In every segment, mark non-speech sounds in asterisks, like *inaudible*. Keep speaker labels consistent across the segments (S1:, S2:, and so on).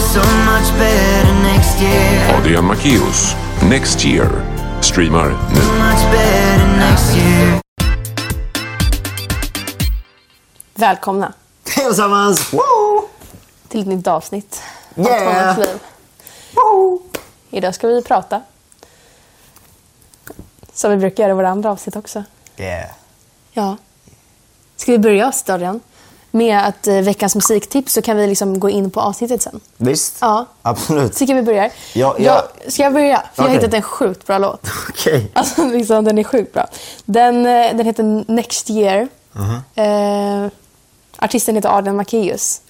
S1: much better next year.
S2: Adrian Macchius, Next Year. Streamar nu.
S1: Much better next year.
S3: Välkomna
S4: Hej allesammans! Woo!
S3: till ett nytt avsnitt av
S4: Yeah.
S3: Tvångets liv.
S4: Woo!
S3: Idag ska vi prata. Som vi brukar göra i våra andra avsnitt också.
S4: Yeah.
S3: Ja. Ska vi börja oss Dorian? Med att eh, veckans musiktips så kan vi liksom gå in på avsnittet sen.
S4: Visst?
S3: Ja.
S4: Absolut.
S3: Så tycker jag vi börjar.
S4: Ja, ja.
S3: Jag, ska jag börja? För jag har
S4: Okej.
S3: hittat en sjukt bra låt.
S4: Okej.
S3: Alltså *laughs* liksom, den är sjukt bra. Den, eh, den heter Next Year.
S4: Uh-huh.
S3: Eh, artisten heter Adrian Macéus.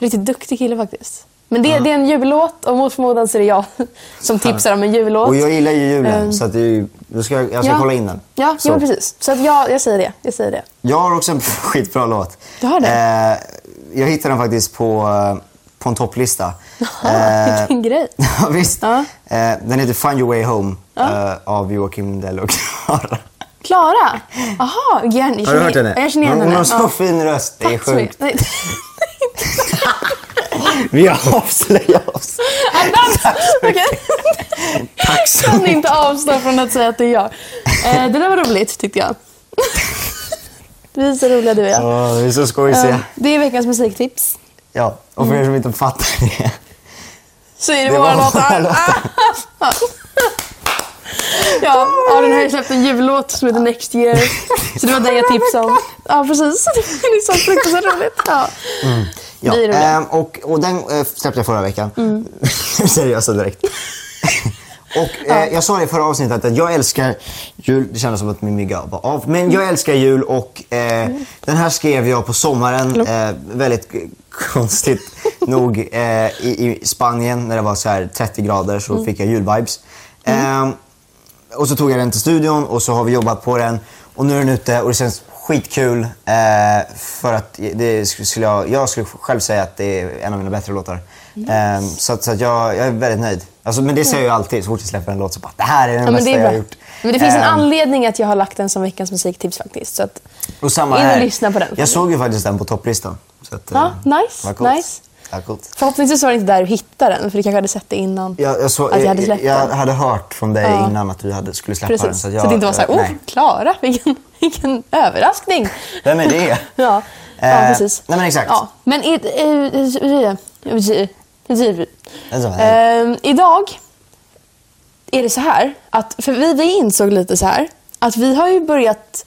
S3: Riktigt duktig kille faktiskt. Men
S4: Uh-huh.
S3: det, det är en jullåt och mot förmodan så är det jag *laughs* som tipsar om en jullåt.
S4: Och jag gillar ju julen,
S3: Ehm.
S4: så att det är ju, jag ska, jag ska kolla in den.
S3: Ja,
S4: Så.
S3: ja precis. Så att jag, jag säger det. Jag säger det.
S4: Jag har också en *laughs* skitbra låt.
S3: Du har det?
S4: Eh, jag hittade den faktiskt på, eh, på en topplista.
S3: *laughs*
S4: Eh.
S3: Ja, Ah, vilken grej.
S4: *laughs* Ja, visst.
S3: Ja.
S4: Eh, den heter Find Your Way Home eh, av Joakim Dell och Klara.
S3: Klara! Aha, jag, jag,
S4: Har du hört henne?
S3: Jag känner igen
S4: Hon
S3: henne.
S4: har så
S3: Ja.
S4: fin röst. Det är
S3: Tack så mycket.
S4: sjukt.
S3: Nej.
S4: Vi har avslöjat oss.
S3: Adam! *laughs* Okej.
S4: Tack så
S3: Kan inte avstå från att säga att det är jag. Eh, det där var roligt tyckte
S4: *laughs*
S3: jag. Vi är så roliga du och jag.
S4: Åh, vi är så
S3: Eh,
S4: skojsiga.
S3: det är veckans musiktips.
S4: Ja, och för er som inte fattar det.
S3: Så är det,
S4: Det
S3: våra
S4: var våra
S3: låtar.
S4: låtar.
S3: Ah! *laughs* ja, Aron har ju släppt en jullåt som heter Next Year.
S4: *laughs*
S3: Så det var den jag tipsade om. Ja, precis. *laughs* Det är så fruktansvärt roligt. Ja.
S4: Mm. Ja,
S3: Vi är roliga.
S4: ehm, och, och den eh, släppte jag förra veckan. *laughs* Seriösa direkt. och eh, jag sa i förra avsnittet att jag älskar jul. Det kändes som att min mygga var av. Men jag älskar jul och eh, den här skrev jag på sommaren. Eh, väldigt eh, konstigt nog eh, i, i Spanien när det var så här 30 grader så fick jag julvibes. Ehm, och så tog jag den till studion och så har vi jobbat på den. Och nu är den ute och det känns skitkul. Eh, för att det sk- skulle jag, jag skulle själv säga att det är en av mina bättre låtar. Eh, så att, så att jag, jag är väldigt nöjd. Alltså, men det säger jag alltid så fort jag släpper en låt. Så bara, det här är
S3: Ja,
S4: den
S3: men
S4: bästa
S3: det är
S4: jag har
S3: bra.
S4: gjort.
S3: Men det finns en
S4: Eh,
S3: anledning att jag har lagt den som veckans musiktips faktiskt. Så att,
S4: och samma
S3: in och
S4: här.
S3: lyssna på den.
S4: Jag såg ju faktiskt den på topplistan. Så att, eh,
S3: Ja, nice,
S4: vad coolt.
S3: nice.
S4: Ja, coolt.
S3: Förhoppningsvis var det inte där du hittade den, för du kanske hade sett det innan.
S4: Jag, jag, såg,
S3: att jag hade släppt
S4: jag
S3: den.
S4: hade hört från dig
S3: Ja.
S4: innan att du hade, skulle släppa den.
S3: Precis.
S4: Så att, jag,
S3: det inte var så här, åh,
S4: nej.
S3: Klara, vilken, vilken överraskning.
S4: Vem är det?
S3: ja. ja,
S4: Eh,
S3: precis.
S4: nej, men exakt.
S3: Ja. Men i, i, i, i, i,
S4: Alltså,
S3: Ehm, idag är det så här, att, för vi, vi insåg lite så här, att vi har ju börjat,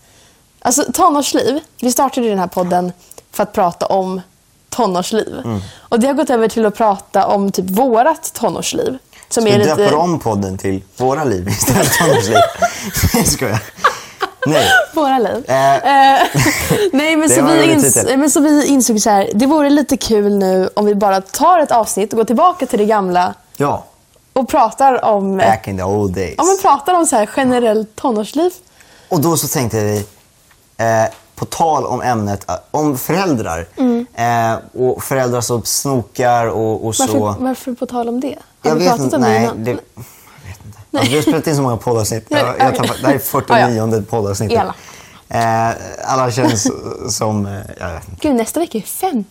S3: alltså tonårsliv, vi startade ju den här podden för att prata om tonårsliv. Och det har gått över till att prata om typ vårat tonårsliv. Som
S4: Så vi
S3: är lite...
S4: döper om podden till Våra liv istället för Anders liv. *laughs* Nej, skojar. Nej.
S3: Våra liv.
S4: Eh.
S3: Eh, *laughs* nej, men
S4: Det
S3: så,
S4: var
S3: vi
S4: en rolig
S3: ins-
S4: titel.
S3: men så vi insåg så här, det vore lite kul nu om vi bara tar ett avsnitt och går tillbaka till det gamla
S4: Ja,
S3: och pratar om,
S4: back in the old days.
S3: ja, men pratar om så här generellt tonårsliv.
S4: Och då så tänkte vi, eh, på tal om ämnet, eh, om föräldrar. Eh, och föräldrar som snokar och, och
S3: Mm. Varför,
S4: så.
S3: varför på tal om det? Har
S4: Jag
S3: vi
S4: vet
S3: pratat
S4: inte.
S3: om det
S4: Nej,
S3: innan?
S4: det, jag vet inte. Alltså, vi har spelat in så många poddavsnitt.
S3: Nej,
S4: Jag, jag
S3: okej.
S4: tappar, det här är
S3: Ah,
S4: 49
S3: ja.
S4: poddavsnittet.
S3: Ela.
S4: Eh, alla känns som, eh, jag vet inte,
S3: Gud, nästa vecka är 50.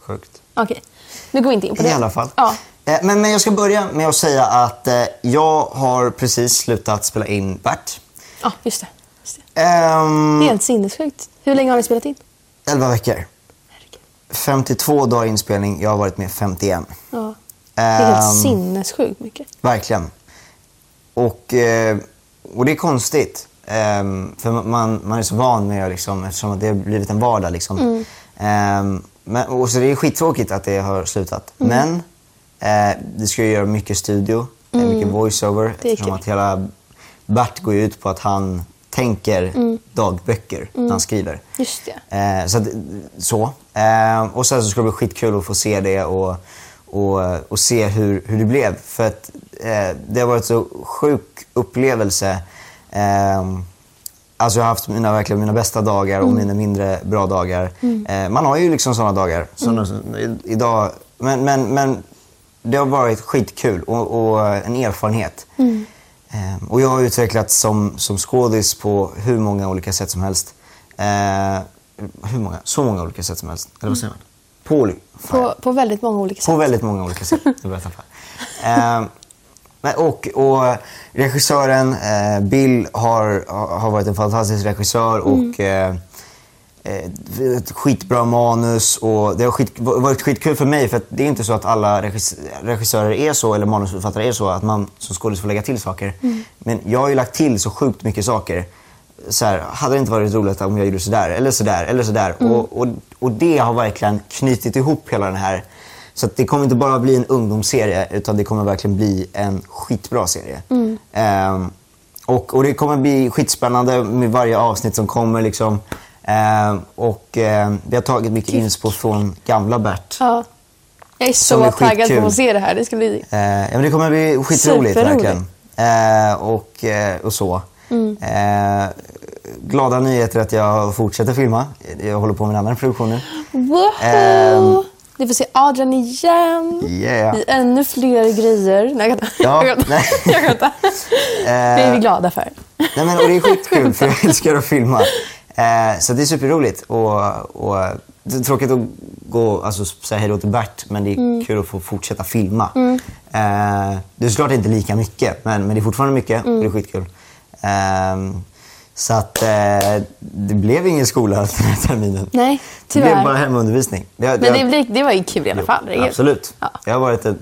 S4: sjukt.
S3: Okej, nu går vi inte in på det.
S4: I alla fall.
S3: Ja.
S4: Eh, Men, men jag ska börja med att säga att eh, jag har precis slutat spela in Bert.
S3: ja, just det. Just det.
S4: Ehm,
S3: det är helt sinnessjukt. Hur länge har ni spelat in?
S4: 11 veckor.
S3: Herregud.
S4: 52 dagar inspelning. Jag har varit med 51.
S3: Ja. Det är helt
S4: Ehm,
S3: sinnessjukt mycket.
S4: Verkligen. Och, eh, och det är konstigt. Ehm, för man, man är så van med det liksom, eftersom att det har blivit en vardag. Liksom.
S3: Mm.
S4: Ehm, men, och så det är skittråkigt att det har slutat.
S3: Mm.
S4: Men eh, det ska ju göra mycket studio, eh, mycket voiceover.
S3: Mm. Det är
S4: Eftersom
S3: kul.
S4: att hela Bert går ju ut på att han tänker
S3: Mm.
S4: dagböcker när han skriver.
S3: Just det.
S4: Eh, så. Att, så. Eh, och sen så ska det bli skitkul att få se det och, och, och se hur, hur det blev. För att eh, det har varit så sjuk upplevelse. Eh, alltså jag har haft mina, verkligen mina bästa dagar och mina mindre bra dagar. Eh, man har ju liksom sådana dagar. Såna, som i- idag, men, men, men det har varit skitkul och, och en erfarenhet. Ehm, Och jag har utvecklats som, som skådis på hur många olika sätt som helst. Eh, hur många? Så många olika sätt som helst. Eller vad säger man? På,
S3: På, på väldigt många olika sätt.
S4: på väldigt många olika sätt. Det berättar jag för. Eh, men- och, och regissören eh, Bill har, har varit en fantastisk regissör och eh, eh, ett skitbra manus. Och det har skit, varit skitkul för mig för att det är inte så att alla regis- regissörer är så eller manusförfattare är så att man som skådis får lägga till saker. Men jag har ju lagt till så sjukt mycket saker. Så här, hade det inte varit roligt om jag gjorde sådär eller sådär eller sådär. Och, och, och det har verkligen knutit ihop hela den här så att det kommer inte bara bli en ungdomsserie utan det kommer verkligen bli en skitbra serie. Ehm, och, och det kommer bli skitspännande med varje avsnitt som kommer. Liksom. Ehm, och ehm, vi har tagit mycket inspo från gamla Bert.
S3: Ja. Jag är så
S4: Som är
S3: taggad på
S4: skitkul.
S3: att se det här. Det ska bli...
S4: Eh, ja, men det kommer bli skitroligt
S3: Superroligt.
S4: verkligen. Eh, och, eh, och så. Eh, glada nyheter att jag fortsätter filma. Jag håller på med en annan produktion nu.
S3: Wow!
S4: Ehm.
S3: Vi får se Adrian igen.
S4: Yeah.
S3: I ännu fler grejer. Nej, jag kan
S4: Ja,
S3: jag kan
S4: nej. Eh.
S3: Jag
S4: *laughs*
S3: kan inte. Det är vi glada för.
S4: Nej, men, och det
S3: *laughs*
S4: är skitkul för jag älskar att filma. Eh, så det är superroligt. Och, och, det är tråkigt att gå, alltså, säga hej då till Bert, men det är
S3: Mm.
S4: kul att få fortsätta filma. Eh, det är såklart inte lika mycket, men, men det är fortfarande mycket och det är
S3: Mm.
S4: skitkul. Eh, så att eh, det blev ingen skola *laughs* den här terminen.
S3: Nej,
S4: Det
S3: tyvärr.
S4: blev bara hemundervisning. Jag,
S3: Men
S4: jag-
S3: det, blir, det var ju kul i alla fall. herregud.
S4: Absolut.
S3: Ja.
S4: Det har varit en,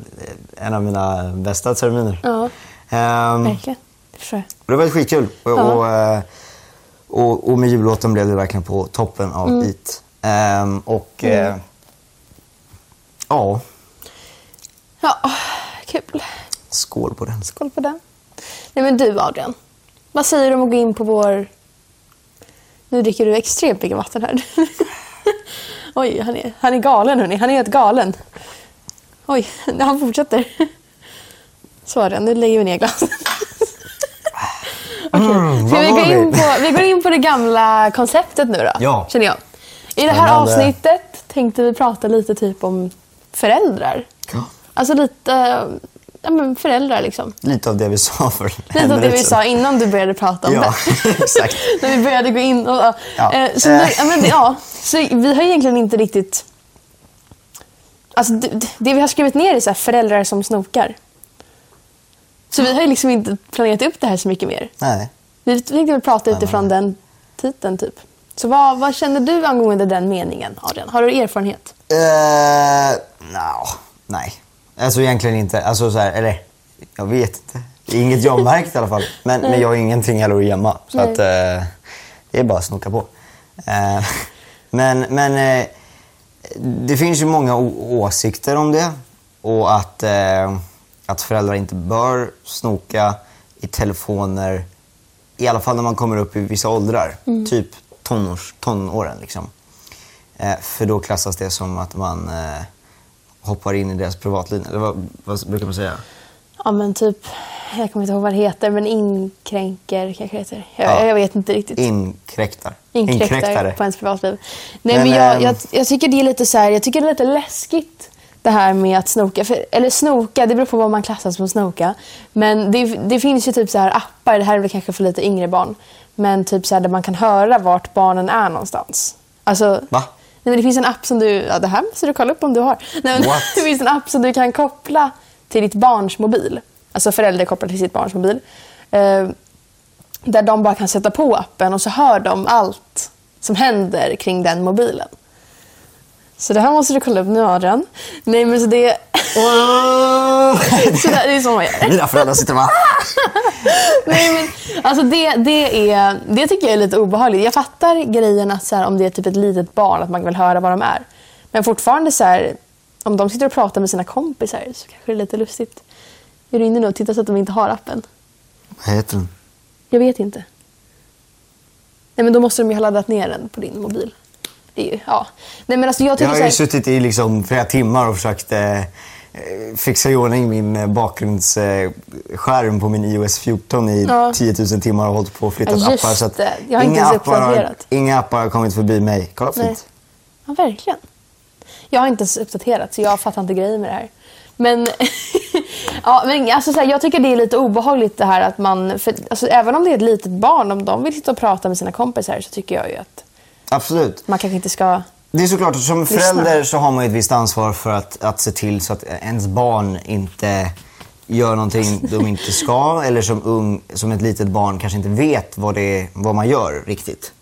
S4: en av mina bästa terminer.
S3: Ja.
S4: Ehm,
S3: Verkligen. Det förstår jag.
S4: och det var skitkul. Och, och, eh, och, och med jullåten blev det verkligen på toppen av
S3: Mm.
S4: it. Ehm, och eh, ja,
S3: Ja, kul.
S4: skål på den.
S3: Kolla på den. Nej men du Adrian. Vad säger du om att gå in på vår... Nu dricker du extremt mycket vatten här. *laughs* Oj, han är, han är galen hörni. Han är helt galen. Oj, *laughs* han fortsätter. Så Adrian, nu lägger vi ner glaset. Okej, ska
S4: *laughs* vad
S3: vi,
S4: var
S3: gå in
S4: vi?
S3: på, vi går in på det gamla konceptet nu då,
S4: Ja.
S3: känner jag. I det här
S4: Spännande.
S3: avsnittet tänkte vi prata lite typ om föräldrar. Alltså lite eh, ja, men föräldrar liksom.
S4: Lite av det vi sa för
S3: Lite av det vi
S4: sedan.
S3: sa innan du började prata om
S4: *laughs* Ja,
S3: det.
S4: exakt.
S3: När vi började gå in och... ja.
S4: Ja.
S3: Eh, Så, nu,
S4: Eh.
S3: ja, men, ja, så vi har egentligen inte riktigt... Alltså, det, det vi har skrivit ner är så här, föräldrar som snokar. Så vi har ju liksom inte planerat upp det här så mycket mer.
S4: Nej.
S3: Vi tänkte väl prata utifrån den titeln typ. Så vad, vad känner du angående den meningen, Adrian? Har du erfarenhet?
S4: Eh, nja, nej. Alltså egentligen inte. Alltså så här, eller jag vet inte. Det är inget jag märkt i alla fall. Men, men jag har ingenting heller att gömma. Så
S3: Nej.
S4: att, eh, det är bara att snoka på. Eh, *laughs* men men eh, det finns ju många o- åsikter om det. Och att, eh, att föräldrar inte bör snoka i telefoner. I alla fall när man kommer upp i vissa åldrar. Typ tonårs, tonåren. Liksom. Eh, för då klassas det som att man eh, hoppar in i deras privatliv. Eller vad, vad brukar man säga?
S3: Ja men typ, jag kommer inte ihåg vad det heter, men inkränker kanske det heter. Jag,
S4: Ja.
S3: jag vet inte riktigt.
S4: Inkräktar.
S3: inkräktar på ens privatliv. Nej, men,
S4: Men,
S3: jag,
S4: ehm,
S3: jag, jag tycker det är lite så här, jag tycker det är lite läskigt det här med att snoka. För, eller snoka, det beror på vad man klassar som snoka. Men det, det finns ju typ så här appar, det här är väl kanske för lite yngre barn, men typ så här där man kan höra vart barnen är någonstans. Alltså,
S4: Va?
S3: Nej, men det finns en app som du, ja, det här måste du kolla upp om du har. Nej, men,
S4: What?
S3: det *laughs* finns en app som du kan koppla till ditt barns mobil. Alltså förälder kopplar till sitt barns mobil. Eh, där de bara kan sätta på appen och så hör de allt som händer kring den mobilen. Så det här måste du kolla upp nu Adrian. Nej men så det, *laughs* så där, det är så man gör.
S4: *laughs* Mina föräldrar sitter bara... "Ah!"
S3: Nej, men, alltså det, det, är, det tycker jag är lite obehagligt. Jag fattar grejen att så här, om det är typ ett litet barn att man vill höra vad de är. Men fortfarande så här, om de sitter och pratar med sina kompisar så kanske det är lite lustigt. Jag ringer nu och tittar så att de inte har appen.
S4: Vad heter
S3: Typ
S4: den?
S3: Jag vet inte. Nej men då måste de ju ha laddat ner den på din mobil. Det är ju, ja. Nej men alltså jag
S4: Jag
S3: tycker
S4: har
S3: så
S4: ju
S3: här,
S4: suttit i liksom flera timmar och försökt eh, eh, fixa i ordning min eh, bakgrundsskärm eh, skärm på min iOS 14 i
S3: Ja.
S4: 10 000 timmar och hållit på och flyttat
S3: Ja, just
S4: appar. Så att
S3: det. Jag har inte
S4: inga,
S3: ens
S4: appar har,
S3: uppdaterat.
S4: inga appar har kommit förbi mig. Kolla
S3: Nej.
S4: fint.
S3: Ja, verkligen. Jag har inte ens uppdaterat, så jag fattar inte grejen med det här. Men, *laughs* ja, men alltså, så här, jag tycker det är lite obehagligt det här att man... För, alltså, även om det är ett litet barn, om de vill sitta och prata med sina kompisar så tycker jag ju att
S4: Absolut.
S3: man kanske inte ska
S4: Det är såklart, att som förälder så har man ju ett visst ansvar för att, att se till så att ens barn inte gör någonting de inte ska eller som, ung, som ett litet barn kanske inte vet vad, det är, vad man gör riktigt.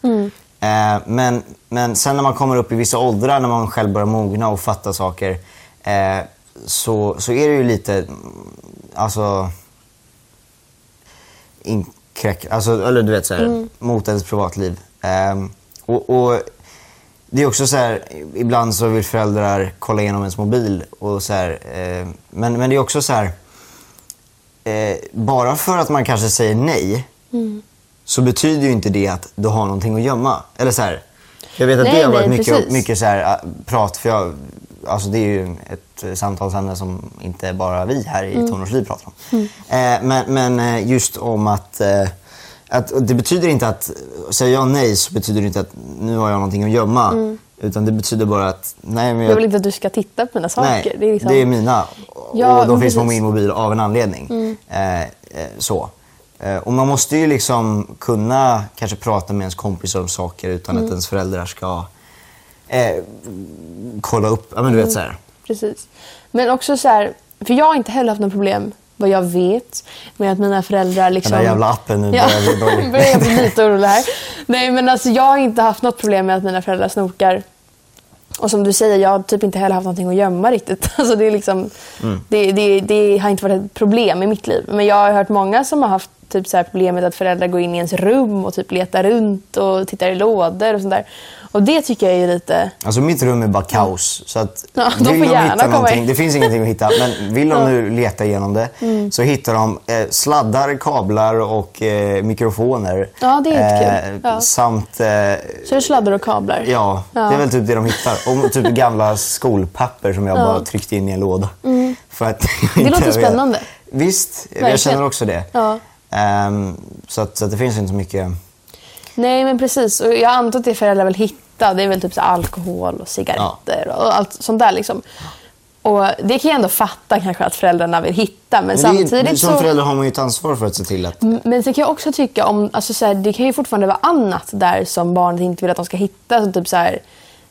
S4: Eh, men, men sen när man kommer upp i vissa åldrar, när man själv börjar mogna och fatta saker, eh, så, så är det ju lite, mm, alltså, inkräkt, alltså, eller du vet så här, mot ens privatliv. Ehm, och, och det är också så här, ibland så vill föräldrar kolla igenom ens mobil och så här, eh, men, men det är också så här, eh, bara för att man kanske säger nej
S3: Mm.
S4: så betyder ju inte det att du har någonting att gömma. Eller så här, jag vet att
S3: Nej,
S4: det har
S3: nej,
S4: varit mycket,
S3: precis.
S4: mycket så här, äh, prat, för jag, alltså det är ju ett eh, samtalsämne som inte bara vi här i
S3: Mm.
S4: Tonårsliv pratar om. Eh, men, men eh, just om att, eh, att och det betyder inte att, säger jag nej så betyder det inte att nu har jag någonting att gömma. Utan det betyder bara att, nej men
S3: Mm. Jag vill
S4: jag,
S3: inte att du ska titta på mina saker.
S4: nej,
S3: det är liksom...
S4: mina. Och
S3: Ja,
S4: de
S3: men
S4: finns på
S3: precis. Mm.
S4: min mobil av en anledning. Eh, eh, så. Eh, och man måste ju liksom kunna kanske prata med ens kompisar om saker utan
S3: Mm.
S4: att ens föräldrar ska eh, kolla upp. Ja, men
S3: Mm.
S4: du vet så här.
S3: Precis. Men också så här, för jag har inte heller haft något problem, vad jag vet, med att mina föräldrar liksom...
S4: Den där jävla appen nu börjar bli
S3: *laughs*
S4: dålig.
S3: börjar jag bli lite orolig här. Nej, men alltså jag har inte haft något problem med att mina föräldrar snokar. Och som du säger, jag har typ inte heller haft någonting att gömma riktigt. *laughs* Alltså det, är liksom,
S4: Mm.
S3: det, det, det har inte varit ett problem i mitt liv. Men jag har hört många som har haft typ så här problemet att föräldrar går in i ens rum och typ letar runt och tittar i lådor och sånt där. Och det tycker jag är ju lite...
S4: Alltså mitt rum är bara kaos. Så att
S3: Ja, de
S4: vill
S3: får gärna
S4: hitta
S3: komma
S4: någonting,
S3: in.
S4: det finns ingenting att hitta, men vill de nu leta igenom det
S3: Mm.
S4: så hittar de eh, sladdar, kablar och eh, mikrofoner.
S3: Ja, det är inte kul. Ja.
S4: Samt, eh,
S3: Så är det sladdar och kablar.
S4: ja, det är väl typ det de hittar. Och typ gamla skolpapper som jag bara tryckte in i en låda. För att jag inte
S3: Mm. låter
S4: vet.
S3: spännande.
S4: Visst, jag
S3: Verkligen.
S4: känner också det.
S3: Ja.
S4: Ehm, så att, så att det finns inte så mycket...
S3: Nej, men precis. Och jag antar att det föräldrar vill hitta, det är väl typ så här alkohol och cigaretter och allt sånt där. Liksom. Och Det kan jag ändå fatta kanske att föräldrarna vill hitta, men,
S4: Men det är-
S3: samtidigt
S4: som
S3: så... Mm.
S4: förälder har man ju ett ansvar för att se till att
S3: Men sen kan jag också tycka om, alltså så här, det kan ju fortfarande vara annat där som barnet inte vill att de ska hitta. Som typ så här,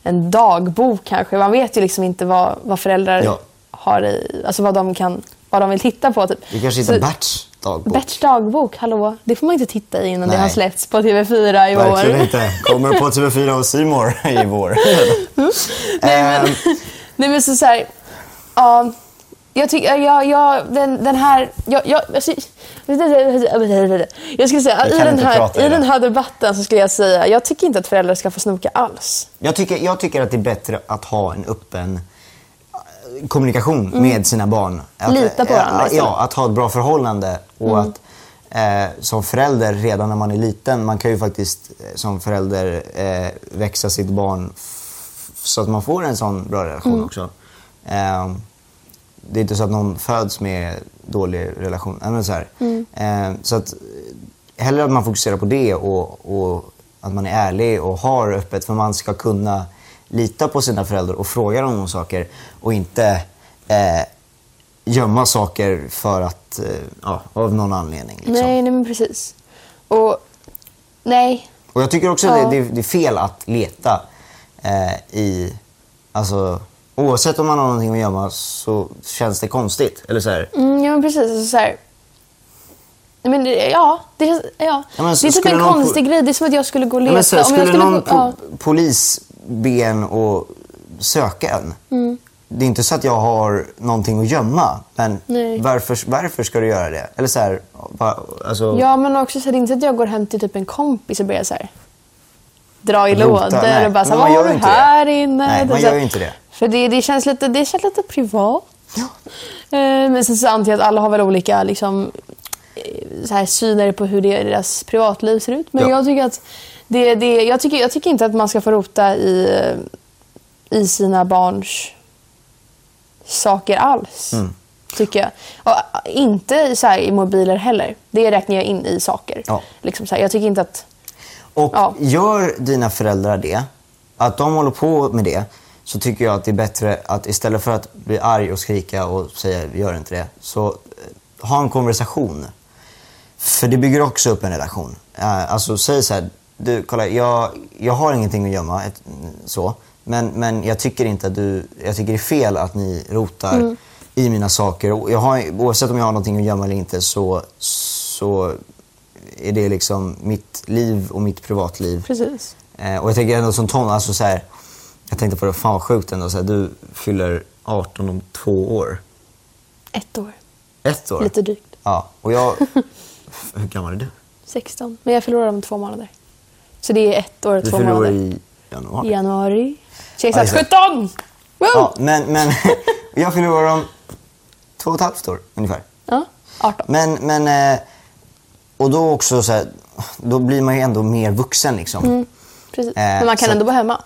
S3: en dagbok kanske. Man vet ju liksom inte vad, vad föräldrar
S4: Ja.
S3: har i, alltså vad de, kan, vad de vill titta på. Typ.
S4: Vi kanske
S3: Så-
S4: hittar Berts dagbok.
S3: Berts dagbok, hallå? Det får man inte titta i innan
S4: Nej.
S3: det har släppts på TV4 i
S4: Verkligen
S3: år.
S4: inte. Kommer på TV4 och C More i vår.
S3: *laughs* Nej men,
S4: Ehm,
S3: nej, men så, så här, ja, jag tycker, jag, jag, den, den här, jag, jag, alltså, jag skulle säga,
S4: Vi
S3: i
S4: kan
S3: den,
S4: inte prata
S3: här,
S4: i
S3: i den
S4: det.
S3: här debatten så skulle jag säga, jag tycker inte att föräldrar ska få snoka alls.
S4: jag, tycker, jag tycker att det är bättre att ha en öppen eh, kommunikation med sina barn. Att,
S3: Mm. Lita på
S4: eh,
S3: varandra istället. Mm.
S4: Ja, att ha ett bra förhållande. Och att eh, som förälder, redan när man är liten, man kan ju faktiskt eh, som förälder eh, växa sitt barn f- så att man får en sån bra relation
S3: Mm.
S4: också. Ehm, det är inte så att någon föds med dålig relation. Nej, Men så här.
S3: Mm.
S4: Eh, så att, eh, hellre att man fokuserar på det och, och att man är ärlig och har öppet för man ska kunna lita på sina föräldrar och fråga dem om saker och inte eh, gömma saker för att, eh, ja, av någon anledning. Liksom.
S3: Nej, nej men precis. Och nej,
S4: Och jag tycker också
S3: Ja.
S4: att det, det, det är fel att leta eh, i... Alltså, oavsett om man har någonting att gömma så känns det konstigt. Eller så här.
S3: mm, ja men precis. Alltså, så här, Nej, men, det- ja, det, känns- ja.
S4: Ja, men
S3: det är typ
S4: skulle
S3: en
S4: någon-
S3: konstig grej. Det är som att jag skulle gå och leta.
S4: Ja, men så här,
S3: Om
S4: skulle,
S3: jag
S4: någon
S3: gå-
S4: po
S3: ja.
S4: polis be en att söka en?
S3: Mm.
S4: Det är inte så att jag har någonting att gömma. Men
S3: Nej.
S4: varför, varför ska du göra det? Eller så här, va, alltså,
S3: Ja, men också så här, det är inte att jag går hem till typ en kompis och börjar så här, dra i
S4: Rota,
S3: lådor
S4: nej.
S3: och bara så här,
S4: Men man
S3: vad
S4: gör
S3: har
S4: ju
S3: du
S4: inte
S3: här
S4: det.
S3: inne?
S4: Nej, man
S3: så här-
S4: gör ju inte det.
S3: För det, det, känns lite, det känns lite privat. Eh, Men sen så antar jag att alla har väl olika liksom, eh, så här, syner på hur det, deras privatliv ser ut. Men
S4: Ja.
S3: jag tycker att det, det, jag, tycker, jag tycker inte att man ska få rota i, eh, i sina barns saker alls.
S4: Mm.
S3: Tycker jag. Och äh, inte så här, i mobiler heller. Det räknar jag in i saker.
S4: Ja.
S3: Liksom så här, jag tycker inte att...
S4: Och
S3: Ja.
S4: gör dina föräldrar det, att de håller på med det, så tycker jag att det är bättre att istället för att bli arg och skrika och säga "Vi gör inte det, så eh, ha en konversation. För det bygger också upp en relation. Eh, Alltså säg så här, du kolla, jag, jag har ingenting att gömma, ett, så. Men, men jag tycker inte att du, jag tycker det är fel att ni rotar
S3: Mm.
S4: i mina saker. Och Jag har, oavsett om jag har någonting att gömma eller inte så, så är det liksom mitt liv och mitt privatliv.
S3: Precis.
S4: Eh, och jag tänker ändå som ton, alltså så här, jag tänkte på det, fan vad sjukt ändå, så här, du fyller 18 om två år.
S3: Ett år.
S4: Ett år?
S3: Lite drygt.
S4: Ja,
S3: *laughs*
S4: och jag, F- hur gammal är du?
S3: 16. Men jag förlorar om två månader. Så det är ett år och
S4: Du
S3: två
S4: fyller år
S3: månader.
S4: i januari.
S3: I januari. Så jag
S4: Ja,
S3: är
S4: just det.
S3: exakt 17! Woo!
S4: Ja, men, men *laughs* jag fyller år om två och ett halvt år ungefär.
S3: Ja, 18.
S4: Men, men eh, och då också så här, då blir man ju ändå mer vuxen liksom.
S3: Mm. Precis.
S4: eh,
S3: Men man kan
S4: så-
S3: ändå vara hemma.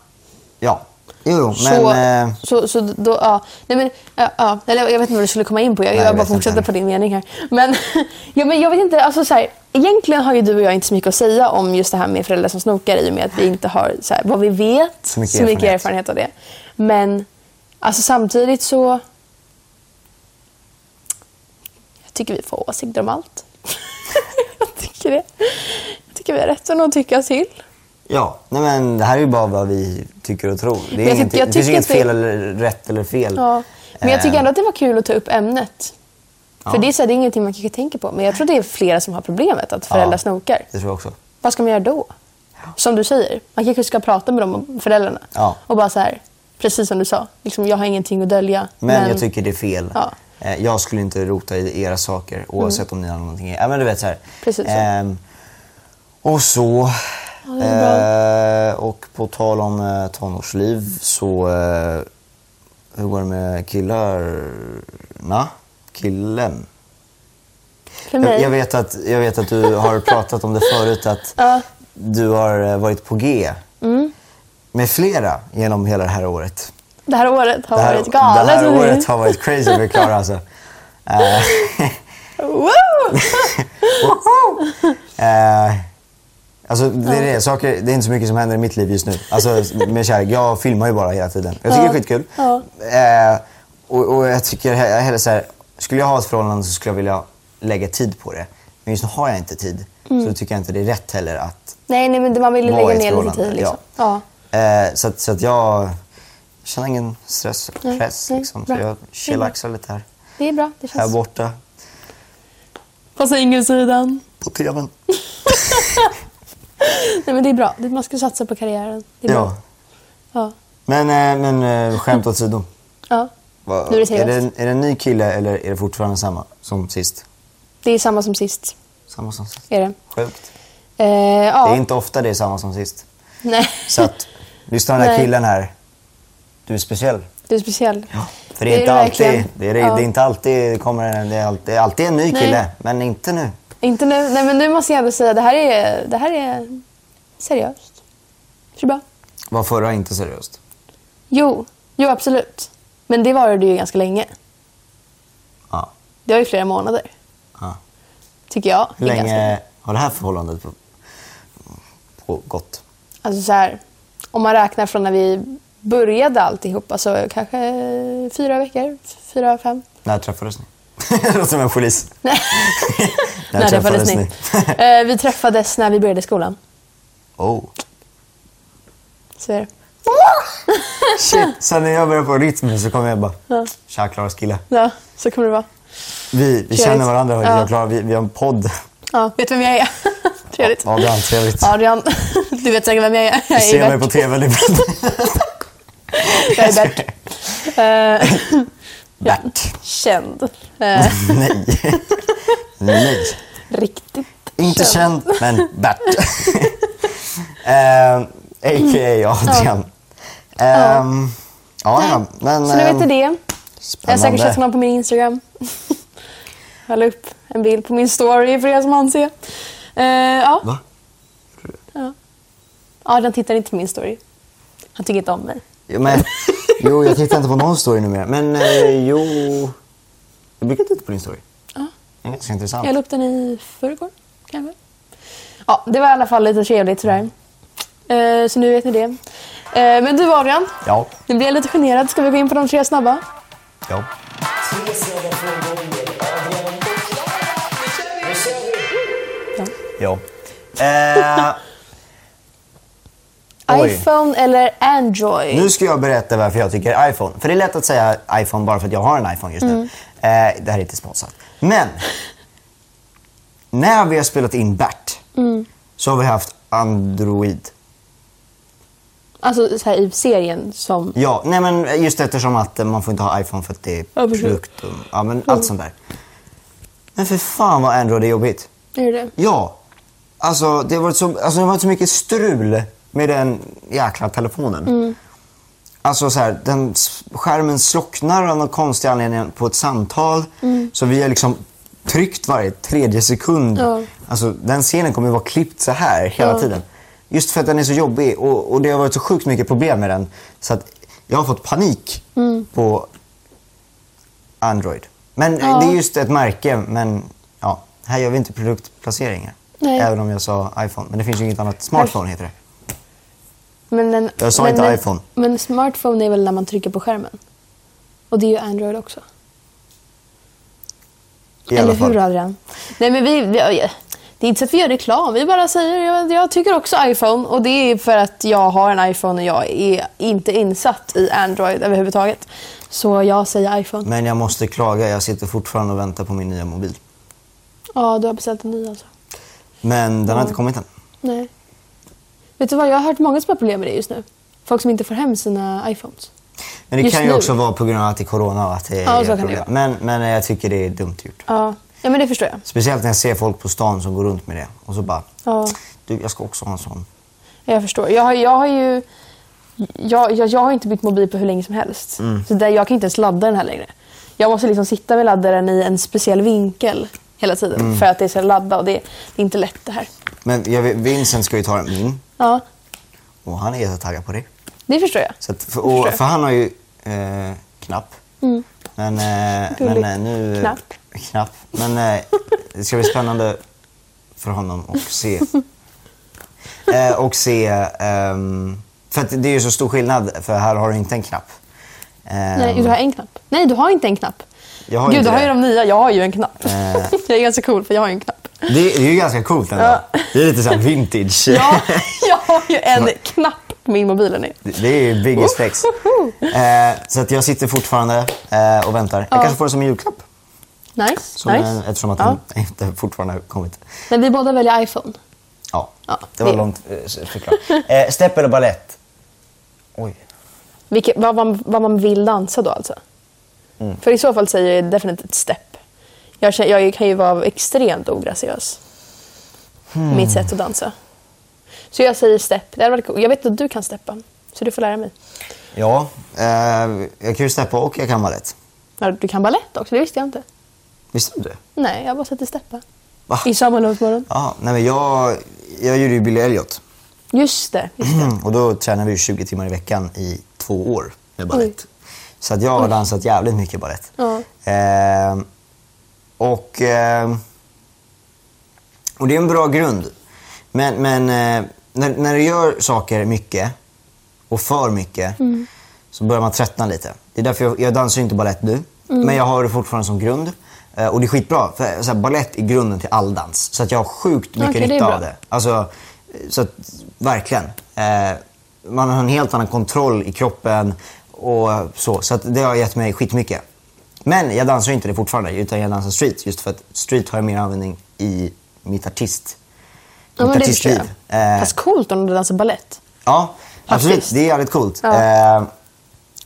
S4: Ja, jo, jo, men...
S3: så,
S4: eh,
S3: så, så då, ja. Nej, men, ja, ja. Eller, jag vet inte vad du skulle komma in på. Jag,
S4: Nej, jag
S3: jag bara
S4: vet
S3: fortsätter
S4: inte.
S3: på din mening här. Men, *laughs* ja, men jag vet inte. Alltså, så här, egentligen har ju du och jag inte så mycket att säga om just det här med föräldrar som snokar i och med att vi inte har så här, vad vi vet. Så
S4: mycket
S3: erfarenhet av det. Men alltså, samtidigt så... Jag tycker vi får ha åsikter om allt. *laughs* jag tycker det. Jag tycker vi har rätten att tycka till.
S4: Ja, nej men det här är ju bara vad vi tycker och tror. Det, är
S3: jag ty-
S4: ingenting,
S3: jag
S4: det finns
S3: tycker
S4: inget
S3: att vi-
S4: fel eller rätt eller fel.
S3: Ja. Men jag tycker
S4: Eh,
S3: ändå att det var kul att ta upp ämnet. För
S4: Ja.
S3: det är, så här, det är ingenting man kanske tänker på. Men jag tror det är flera som har problemet att föräldrar
S4: Ja.
S3: snokar.
S4: Det tror jag också.
S3: Vad ska man göra då? Som du säger, man kanske ska prata med dem, föräldrarna.
S4: Ja.
S3: Och bara så här, precis som du sa, liksom, jag har ingenting att dölja.
S4: Men, jag tycker det är fel.
S3: Ja. Mm.
S4: Eh, Jag skulle inte rota i era saker oavsett om ni har någonting i. Ja, men du vet så här.
S3: Precis så.
S4: Ehm, och så.
S3: det är
S4: eh, och på tal om eh, tonårsliv så eh, hur går det med killarna? Killen?
S3: För
S4: Jag,
S3: mig,
S4: jag, vet att, jag vet att
S3: *laughs*
S4: du har pratat om det förut att
S3: Ja. Mm.
S4: du har eh, varit på G med flera genom hela det här året.
S3: det här året har
S4: Det här,
S3: varit galet.
S4: det här året har varit crazy för Klara alltså. Eh,
S3: *laughs* Woo!
S4: eh, alltså det är det, saker, det är inte så mycket som händer i mitt liv just nu. Alltså med kärlek, jag filmar ju bara hela tiden. Jag tycker det är skitkul.
S3: Ja.
S4: Eh, och, och jag tycker he- heller så här, skulle jag ha ett förhållande så skulle jag vilja lägga tid på det. Men just nu har jag inte tid.
S3: Mm.
S4: Så då tycker jag inte det är rätt heller att
S3: Nej, nej, men man vill ju
S4: vara i
S3: lägga
S4: ett
S3: ner lite
S4: förhållande.
S3: tid. Liksom.
S4: Ja.
S3: Ja.
S4: Eh, så att, så att jag känner ingen stress och
S3: Nej,
S4: press.
S3: nej,
S4: liksom. Så
S3: bra.
S4: jag chillaxar lite här.
S3: Det är bra, det
S4: Här
S3: känns...
S4: borta
S3: På singelsidan.
S4: på tvn.
S3: Nej, men det är bra. Det- Man ska satsa på karriären. Det är
S4: Ja.
S3: bra. Ja.
S4: Men, eh, men eh, skämt åsido.
S3: Ja.
S4: Vad-
S3: Nu är det seriöst.
S4: det, en- är det en ny kille eller är det fortfarande samma som sist?
S3: Det är samma som sist.
S4: Samma som sist.
S3: Är det.
S4: Sjukt.
S3: Eh, ja.
S4: Det är inte ofta det är samma som sist.
S3: Nej. *laughs*
S4: Så att, lyssna på den här
S3: Nej.
S4: killen här. Du är speciell.
S3: Du är speciell.
S4: För det är, inte,
S3: du
S4: alltid,
S3: verkligen.
S4: det är, det,
S3: Ja.
S4: det är inte alltid det kommer en, det är alltid, det är alltid en ny
S3: Nej.
S4: kille. Men inte nu.
S3: Inte nu. Nej, men nu måste jag ändå säga det här är, det här är seriöst. Så bra.
S4: Var förra inte seriöst?
S3: Jo. jo, absolut. Men det varade ju ganska länge.
S4: Ja.
S3: Det var ju flera månader.
S4: ja.
S3: Tycker jag.
S4: Hur
S3: Det är ganska-
S4: länge har det här förhållandet på, pågått?
S3: Alltså så här, om man räknar från när vi började alltihopa så kanske fyra veckor. Fyra, fem. *laughs*
S4: När träffades ni? *laughs* Det låter som en polis.
S3: Nej,
S4: När,
S3: Eh, vi träffades när vi började skolan.
S4: Oh.
S3: Så är det. *laughs*
S4: Shit. Sen när jag började på rytmen så kom jag bara, tja Klaras kille.
S3: Ja, så kommer det vara.
S4: Vi, vi känner varandra,
S3: Ja.
S4: jag och Klara, vi, vi har
S3: *laughs*
S4: en podd.
S3: Ja, vet du vem jag är? *laughs* Trevligt.
S4: Adrian, trevligt.
S3: Adrian, *laughs* du vet säkert vem jag är.
S4: Vi
S3: Jag
S4: ser
S3: är
S4: mig på
S3: Bert. *laughs*
S4: tv nu.
S3: Jag är
S4: *laughs*
S3: Bert. Eh,
S4: Bert.
S3: känd. Eh,
S4: *laughs* Nej.
S3: *laughs*
S4: Nej.
S3: riktigt
S4: Inte känd, men
S3: *laughs*
S4: Bert. *laughs* Ehm,
S3: Mm.
S4: A.k.a. Adrian. Ehm, ja, ja, men...
S3: Så nu vet
S4: ehm,
S3: ni det. Jag har säkert sett
S4: spännande.
S3: honom på min Instagram. *laughs* Jag la upp en bild på min story för er som hann se. Eh, ja.
S4: Va?
S3: Adrian tittar inte på min story. Han tycker inte om mig. *laughs*
S4: Jo, Men, jo, jag tittar inte på någon story numera. Men eh, jo... Jag brukar titta på din story. Det är ganska intressant.
S3: Jag la upp den i förrgår, kanske. Ja, det var i alla fall lite trevligt sådär. Eh, så nu vet ni det. Eh, men du Adrian,
S4: Ja.
S3: nu blir jag lite generad. Ska vi gå in på de tre snabba?
S4: ja.
S3: Ja.
S4: Ja. Eh, Oj.
S3: iPhone eller Android?
S4: Nu ska jag berätta varför jag tycker iPhone. För det är lätt att säga iPhone bara för att jag har en iPhone just
S3: Mm.
S4: nu. Eh, det här är inte sponsrat. Men, när vi har spelat in Bert
S3: Mm.
S4: så har vi haft Android.
S3: Alltså så här, i serien som...
S4: Ja, nej men just eftersom att eh, man får inte ha iPhone för att det är
S3: Ja, precis. Mm.
S4: produkt och, ja, men allt sånt där. Men för fan vad Android är jobbigt.
S3: Är det?
S4: Ja. Alltså det har varit så, alltså, det har varit så mycket strul med den jäkla telefonen.
S3: Mm.
S4: Alltså så här, den, s- skärmen slocknar av någon konstig anledning på ett samtal.
S3: Mm.
S4: Så vi har liksom tryckt varje tredje sekund.
S3: Ja.
S4: Alltså den scenen kommer ju vara klippt så här hela
S3: Ja.
S4: tiden. Just för att den är så jobbig och, och det har varit så sjukt mycket problem med den. Så att jag har fått panik
S3: Mm.
S4: på Android. Men eh,
S3: Ja.
S4: det är just ett märke, men ja, här gör vi inte produktplaceringar.
S3: Nej.
S4: Även om jag sa iPhone, men det finns ju inget annat. Smartphone heter det.
S3: Men en,
S4: Jag sa
S3: men
S4: inte
S3: en-
S4: iPhone.
S3: Men smartphone är väl när man trycker på skärmen? Och det är ju Android också.
S4: I alla
S3: Eller hur
S4: fall.
S3: Adrian? Nej men vi, vi, det är inte så att vi gör reklam. Vi bara säger jag, jag tycker också iPhone. Och det är för att jag har en iPhone och jag är inte insatt i Android överhuvudtaget. Så jag säger iPhone.
S4: Men jag måste klaga, jag sitter fortfarande och väntar på min nya mobil.
S3: Ja, du har beställt en ny alltså.
S4: Men den har inte kommit än.
S3: Nej. Vet du vad, jag har hört många som har problem med det just nu. Folk som inte får hem sina iPhones.
S4: Men det
S3: Just
S4: kan ju
S3: nu.
S4: också vara på grund av att det är corona och att det är
S3: Ja, så kan det
S4: problem. Men, men jag tycker det är dumt gjort.
S3: Ja, ja men det förstår jag.
S4: Speciellt när jag ser folk på stan som går runt med det och så bara,
S3: Ja.
S4: du jag ska också ha en sån.
S3: Jag förstår. Jag har, jag har ju... Jag, jag, jag har inte bytt mobil på hur länge som helst.
S4: Mm.
S3: Så där, jag kan inte ens ladda den här längre. Jag måste liksom sitta med laddaren i en speciell vinkel hela tiden
S4: Mm.
S3: för att det ska ladda och det, det är inte lätt det här.
S4: Men jag, vet- Vincent ska ju ta min
S3: Ja,
S4: och han är jättetaggad på det.
S3: det förstår jag.
S4: Så att, för, och, för han har ju eh, knapp. Men, eh,
S3: Mm. Gulligt.
S4: men eh, nu...
S3: Knapp.
S4: Knapp. Men eh, det ska bli spännande för honom att
S3: *laughs*
S4: se. eh, och se... ehm, för att det är ju så stor skillnad, för här har du inte en knapp. Eh,
S3: Nej, du har en knapp. Nej, du har inte en knapp.
S4: Jag har
S3: Gud,
S4: inte
S3: du har
S4: det.
S3: ju de nya. Jag har ju en knapp.
S4: Eh.
S3: *laughs* jag är ganska cool för jag har ju en knapp.
S4: det, är- det är ju ganska coolt ändå.
S3: Ja.
S4: Det är lite såhär vintage.
S3: Ja, jag har ju en knapp på min mobil. nu.
S4: *laughs* Det det är ju biggest flex. Eh, så att jag sitter fortfarande eh, och väntar. Jag kanske får det som en julklapp.
S3: Nice.
S4: Som,
S3: nice.
S4: eh, Eftersom att
S3: ja.
S4: den *laughs* inte fortfarande har kommit.
S3: Men vi båda väljer iPhone.
S4: Ja,
S3: Ja,
S4: det var
S3: det-
S4: långt eh, förklarat. Eh, stepp eller ballett? Oj.
S3: Vilket, vad, man, vad man vill dansa då alltså?
S4: Mm.
S3: För i så fall säger jag definitivt step. Jag, känner, jag kan ju vara extremt ograciös.
S4: Hmm.
S3: Mitt sätt att dansa. Så jag säger step. Det hade varit coolt. Jag vet att du kan steppa. Så du får lära mig.
S4: Ja, eh, jag kan ju steppa och jag kan ballett.
S3: Ja, Du kan balett också, det visste jag inte.
S4: Visste du det?
S3: Nej, jag har bara sett dig steppa.
S4: Va?
S3: I sommarlovsmorgon.
S4: Ja, nej men jag, jag gjorde ju Billy Elliot.
S3: Just det. Just det.
S4: Och då tränade vi 20 timmar i veckan i två år med ballett.
S3: Oj.
S4: Så att jag har dansat jävligt mycket ballett.
S3: Ja.
S4: Eh, och, eh, och det är en bra grund. Men, men eh, när, när du gör saker mycket och för mycket
S3: Mm.
S4: så börjar man tröttna lite. Det är därför jag, jag dansar ju inte ballett nu.
S3: Mm.
S4: Men jag har det fortfarande som grund. Eh, och det är skitbra. För, så här, ballett är grunden till all dans. Så att jag har sjukt mycket
S3: Okej, det är
S4: nytta
S3: bra.
S4: av det. Alltså, så att, verkligen. Eh, man har en helt annan kontroll i kroppen och så. Så att det har gett mig skitmycket. Men jag dansar ju inte det fortfarande, utan jag dansar street. Just för att street har jag mer användning i mitt artist.
S3: Ja, men
S4: mitt
S3: det förstår jag.
S4: Eh,
S3: Fast coolt om du dansar balett.
S4: Ja, absolut.
S3: Faktiskt.
S4: Det är jävligt coolt.
S3: Ja.
S4: Eh,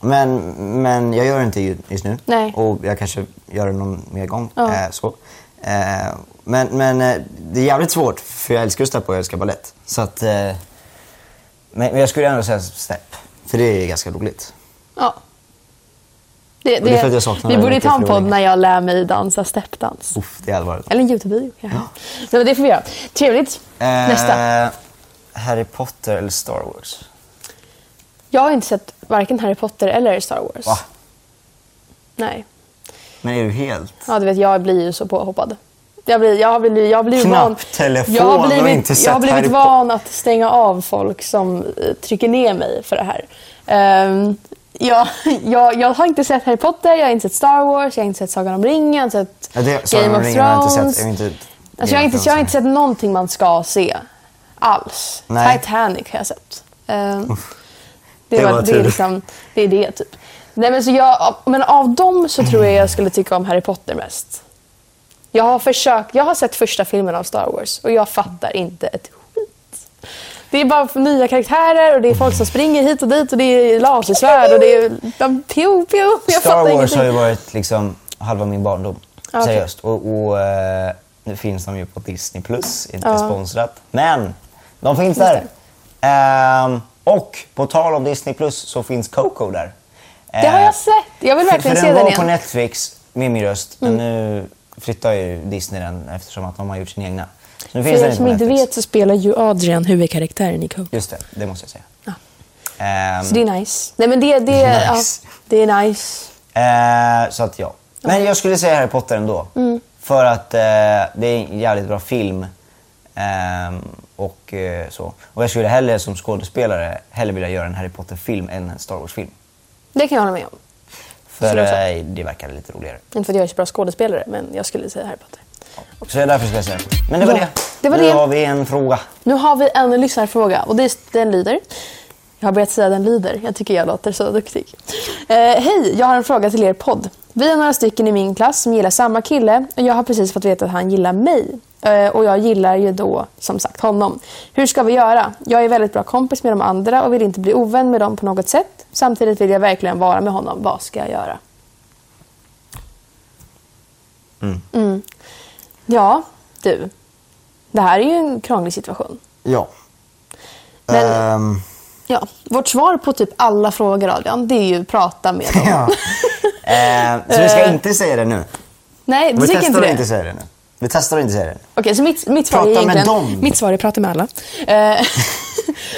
S4: men, men jag gör det inte ju- just nu.
S3: Nej.
S4: Och jag kanske gör det någon mer gång.
S3: Ja.
S4: Eh, så. Eh, men men eh, det är jävligt svårt, för jag älskar att steppa och jag älskar balett. Så att, eh, men, men jag skulle ändå säga stepp, för det är ganska roligt.
S3: Ja. Det,
S4: det är för att jag saknar
S3: vi
S4: det
S3: borde ju
S4: mycket
S3: ta en podd
S4: förloring.
S3: när jag lär mig dansa steppdans.
S4: Uff, det hade varit
S3: Eller en Youtube-video kanske. Nej, men det får vi göra. Trevligt. Nästa.
S4: Eh, Harry Potter eller Star Wars?
S3: Jag har inte sett varken Harry Potter eller Star Wars.
S4: Va?
S3: Nej.
S4: Men är du helt...
S3: Ja, du vet, jag blir ju så påhoppad. Jag blir, jag blir, jag blir
S4: Knappt
S3: van.
S4: telefon
S3: jag har
S4: och
S3: blivit,
S4: inte sett
S3: Jag har blivit
S4: Harry
S3: van att stänga av folk som eh, trycker ner mig för det här. Ehm, jag, jag, jag har inte sett Harry Potter, jag har inte sett Star Wars, jag har inte sett Sagan om ringen, jag har inte sett
S4: Ja, det- Sagan om
S3: Game of
S4: ringen har jag inte
S3: Thrones.
S4: sett. Jag har inte-
S3: alltså, jag, har inte, jag har inte
S4: Nej.
S3: sett någonting man ska se alls.
S4: Nej.
S3: Titanic har jag sett. Eh,
S4: Det
S3: det, var,
S4: var
S3: det,
S4: tur.
S3: är liksom, det är det, typ. Nej, men, så jag, men av dem så tror jag jag skulle tycka om Harry Potter mest. Jag har, försökt, jag har sett första filmen av Star Wars och jag fattar inte ett skit. Det är bara nya karaktärer och det är folk som springer hit och dit och det är lasersvärd och det är... Pio, pio. Jag
S4: Star
S3: fattar
S4: Wars
S3: ingenting.
S4: har ju varit liksom halva min barndom.
S3: Ja, okej.
S4: Seriöst. Och, och eh, nu finns de ju på Disney+, Plus, inte sponsrat. Men de finns där. Ehm, och på tal om Disney+, Plus så finns Coco där. Eh,
S3: Det har jag sett. Jag vill
S4: För, för
S3: verkligen se
S4: den var
S3: den
S4: på
S3: igen. Mm.
S4: Netflix med min röst, men nu flyttar ju Disney den eftersom att de har gjort sin egna. Så nu
S3: För
S4: finns den
S3: er
S4: inte
S3: som
S4: på
S3: inte
S4: Netflix.
S3: vet så spelar ju Adrian huvudkaraktären i Coco.
S4: Just det, det måste jag säga.
S3: Ja.
S4: Ehm,
S3: Så det är nice. Nej men det, det,
S4: Nice.
S3: Ja, det är nice.
S4: Eh, så att ja. Men jag skulle säga Harry Potter ändå.
S3: Mm.
S4: För att eh, det är en jävligt bra film. Ehm, och eh, så. Och jag skulle hellre som skådespelare hellre vilja göra en Harry Potter-film än en Star Wars-film.
S3: Det kan jag hålla med om.
S4: För
S3: Skulle jag säga.
S4: eh, det verkar lite roligare.
S3: Inte för att jag är så bra skådespelare, men jag skulle säga Harry Potter.
S4: Så därför ska jag säga det. Men det var
S3: Ja,
S4: det.
S3: det var
S4: nu
S3: det.
S4: har vi en fråga.
S3: Nu har vi en lyssnarfråga och det, är- den lyder. Jag har börjat säga den lyder. Jag tycker jag låter så duktig. Eh, Hej, jag har en fråga till er podd. Vi är några stycken i min klass som gillar samma kille och jag har precis fått veta att han gillar mig. Eh, och jag gillar ju då som sagt honom. Hur ska vi göra? Jag är väldigt bra kompis med de andra och vill inte bli ovän med dem på något sätt. Samtidigt vill jag verkligen vara med honom. Vad ska jag göra? Mm. Ja, du. Det här är ju en krånglig situation.
S4: Ja.
S3: Men-
S4: Ehm,
S3: Ja, vårt svar på typ alla frågor Adrian, det är ju prata med dem. *laughs*
S4: *laughs* ja. Ehm, så vi ska inte säga det nu.
S3: Nej, du
S4: Vi
S3: tycker Eh,
S4: testar
S3: inte
S4: att
S3: det?
S4: inte säga det nu. Vi testar att inte säga det nu.
S3: Okej, så mitt, mitt svar
S4: Prata
S3: är
S4: med
S3: egentligen...
S4: dem.
S3: Mitt svar är prata med
S4: *laughs*
S3: alla. Eh,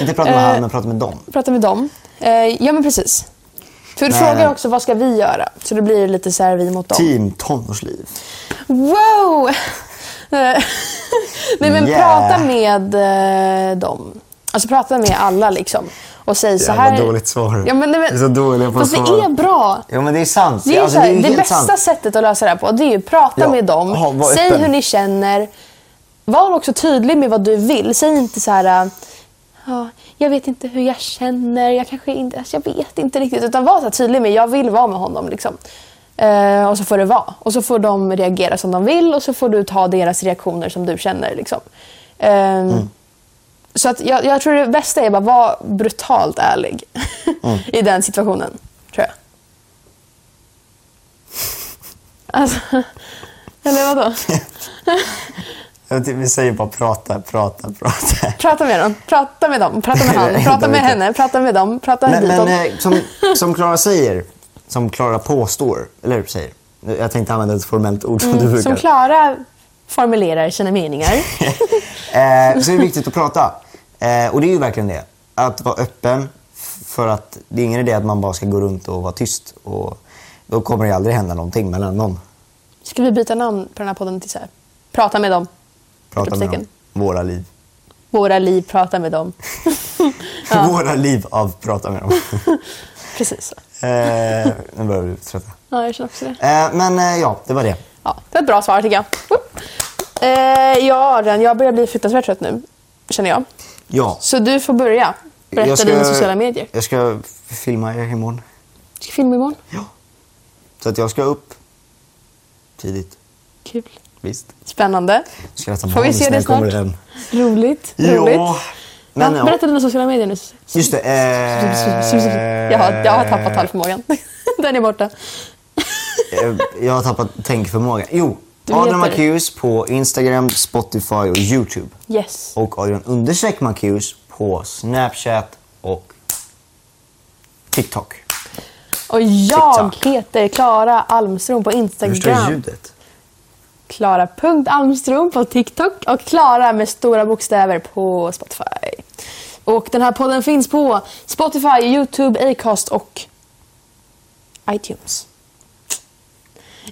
S4: Inte prata med
S3: Eh.
S4: han, men prata med dem.
S3: prata med dem. Eh, ja, men precis. För du
S4: Nej, Typ.
S3: frågar
S4: nej.
S3: också vad ska vi göra? Så det blir lite så här vi mot dem.
S4: Team tonårsliv.
S3: Wow! *laughs* Eh, Nej, men
S4: Yeah.
S3: prata med eh, dem. Alltså prata med alla liksom. Och säg så
S4: Jävla
S3: här...
S4: dåligt svar.
S3: Ja, men, nej, men...
S4: Det är så dåliga på att
S3: Fast det
S4: svara.
S3: är bra.
S4: Jo men det är sant.
S3: Det, är
S4: Alltså,
S3: så här,
S4: ju
S3: det,
S4: helt
S3: bästa
S4: sant.
S3: sättet att lösa det här på det är ju att prata
S4: Ja,
S3: med dem.
S4: ha- var
S3: säg
S4: öppen.
S3: hur ni känner. Var också tydlig med vad du vill. Säg inte så här... äh, Ja, jag vet inte hur jag känner. Jag kanske inte... Alltså, jag vet inte riktigt. Utan var så här tydlig med jag vill vara med honom. Liksom. Eh, och så får det vara. Och så får de reagera som de vill och så får du ta deras reaktioner som du känner. Liksom. Eh,
S4: Mm.
S3: Så att jag, jag tror det bästa är bara att vara brutalt ärlig *laughs*
S4: Mm.
S3: i den situationen. Tror jag. Alltså, eller vadå?
S4: Jag tycker Vi säger bara prata, prata, prata.
S3: *laughs* Prata med dem, prata med dem, prata med han, prata med henne, prata med dem, prata
S4: Men,
S3: dit.
S4: men
S3: dem. *laughs*
S4: eh, som, som Klara säger, som Klara påstår, eller säger. Jag tänkte använda ett formellt ord som du brukar.
S3: Mm, Som Klara formulerar sina meningar.
S4: Eh, så är det viktigt att prata. Eh, och det är ju verkligen det. Att vara öppen. f- För att det är ingen idé att man bara ska gå runt och vara tyst. Och då kommer det aldrig hända någonting mellan någon.
S3: Ska vi byta namn på den här podden till så här? Prata med dem.
S4: Prata med dem.
S3: Utropstecken.
S4: Våra liv.
S3: Våra liv, prata med dem.
S4: *laughs* Våra liv av
S3: *laughs*
S4: prata med dem.
S3: Precis så.
S4: eh, nu börjar vi bli trötta.
S3: Ja, jag känner också det.
S4: Eh, men eh, ja, det var det.
S3: Ja, det var ett bra svar tycker jag. Woop. Eh, ja, Adrian, jag börjar bli fruktansvärt trött nu, känner jag.
S4: Ja.
S3: Så du får börja berätta dina sociala medier.
S4: Jag ska f- filma er imorgon.
S3: Du ska filma imorgon.
S4: Ja. Så att jag ska upp tidigt.
S3: Kul.
S4: Visst.
S3: Spännande.
S4: Jag ska äta
S3: Får vi
S4: manus
S3: se
S4: när
S3: det
S4: jag kommer
S3: snart?
S4: hem.
S3: Roligt. roligt.
S4: Ja. Men,
S3: ja,
S4: ja,
S3: berätta dina sociala medier nu.
S4: Just det. Eh,
S3: Jag har, jag har tappat talförmågan. *laughs* Den är borta.
S4: eh, Jag har tappat tänkförmågan. Jo,
S3: Du
S4: Adrian
S3: heter-
S4: Macéus på Instagram, Spotify och YouTube.
S3: Yes.
S4: Och Adrian understreck Macéus på Snapchat och TikTok.
S3: Och jag
S4: TikTok.
S3: heter Klara Almström på Instagram.
S4: ljudet?
S3: Klara.almstrom på TikTok och Klara med stora bokstäver på Spotify. Och den här podden finns på Spotify, YouTube, Acast och iTunes.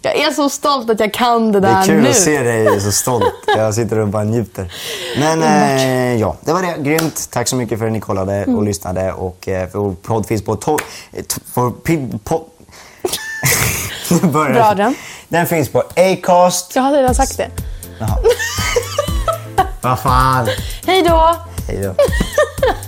S3: Jag är så stolt att jag kan det
S4: Det
S3: där
S4: är kul
S3: nu.
S4: att se dig så stolt. Jag sitter och bara njuter. Men eh, ja, det var det. Grymt. Tack så mycket för att ni kollade och lyssnade. Och, eh, för vår podd finns på... To- eh, t- på, pi- på- *laughs* Nu börjar
S3: Bra,
S4: jag.
S3: Adrian.
S4: Den finns på Acast.
S3: Jag har redan sagt det.
S4: Vad fan.
S3: Hej då!
S4: Hej då.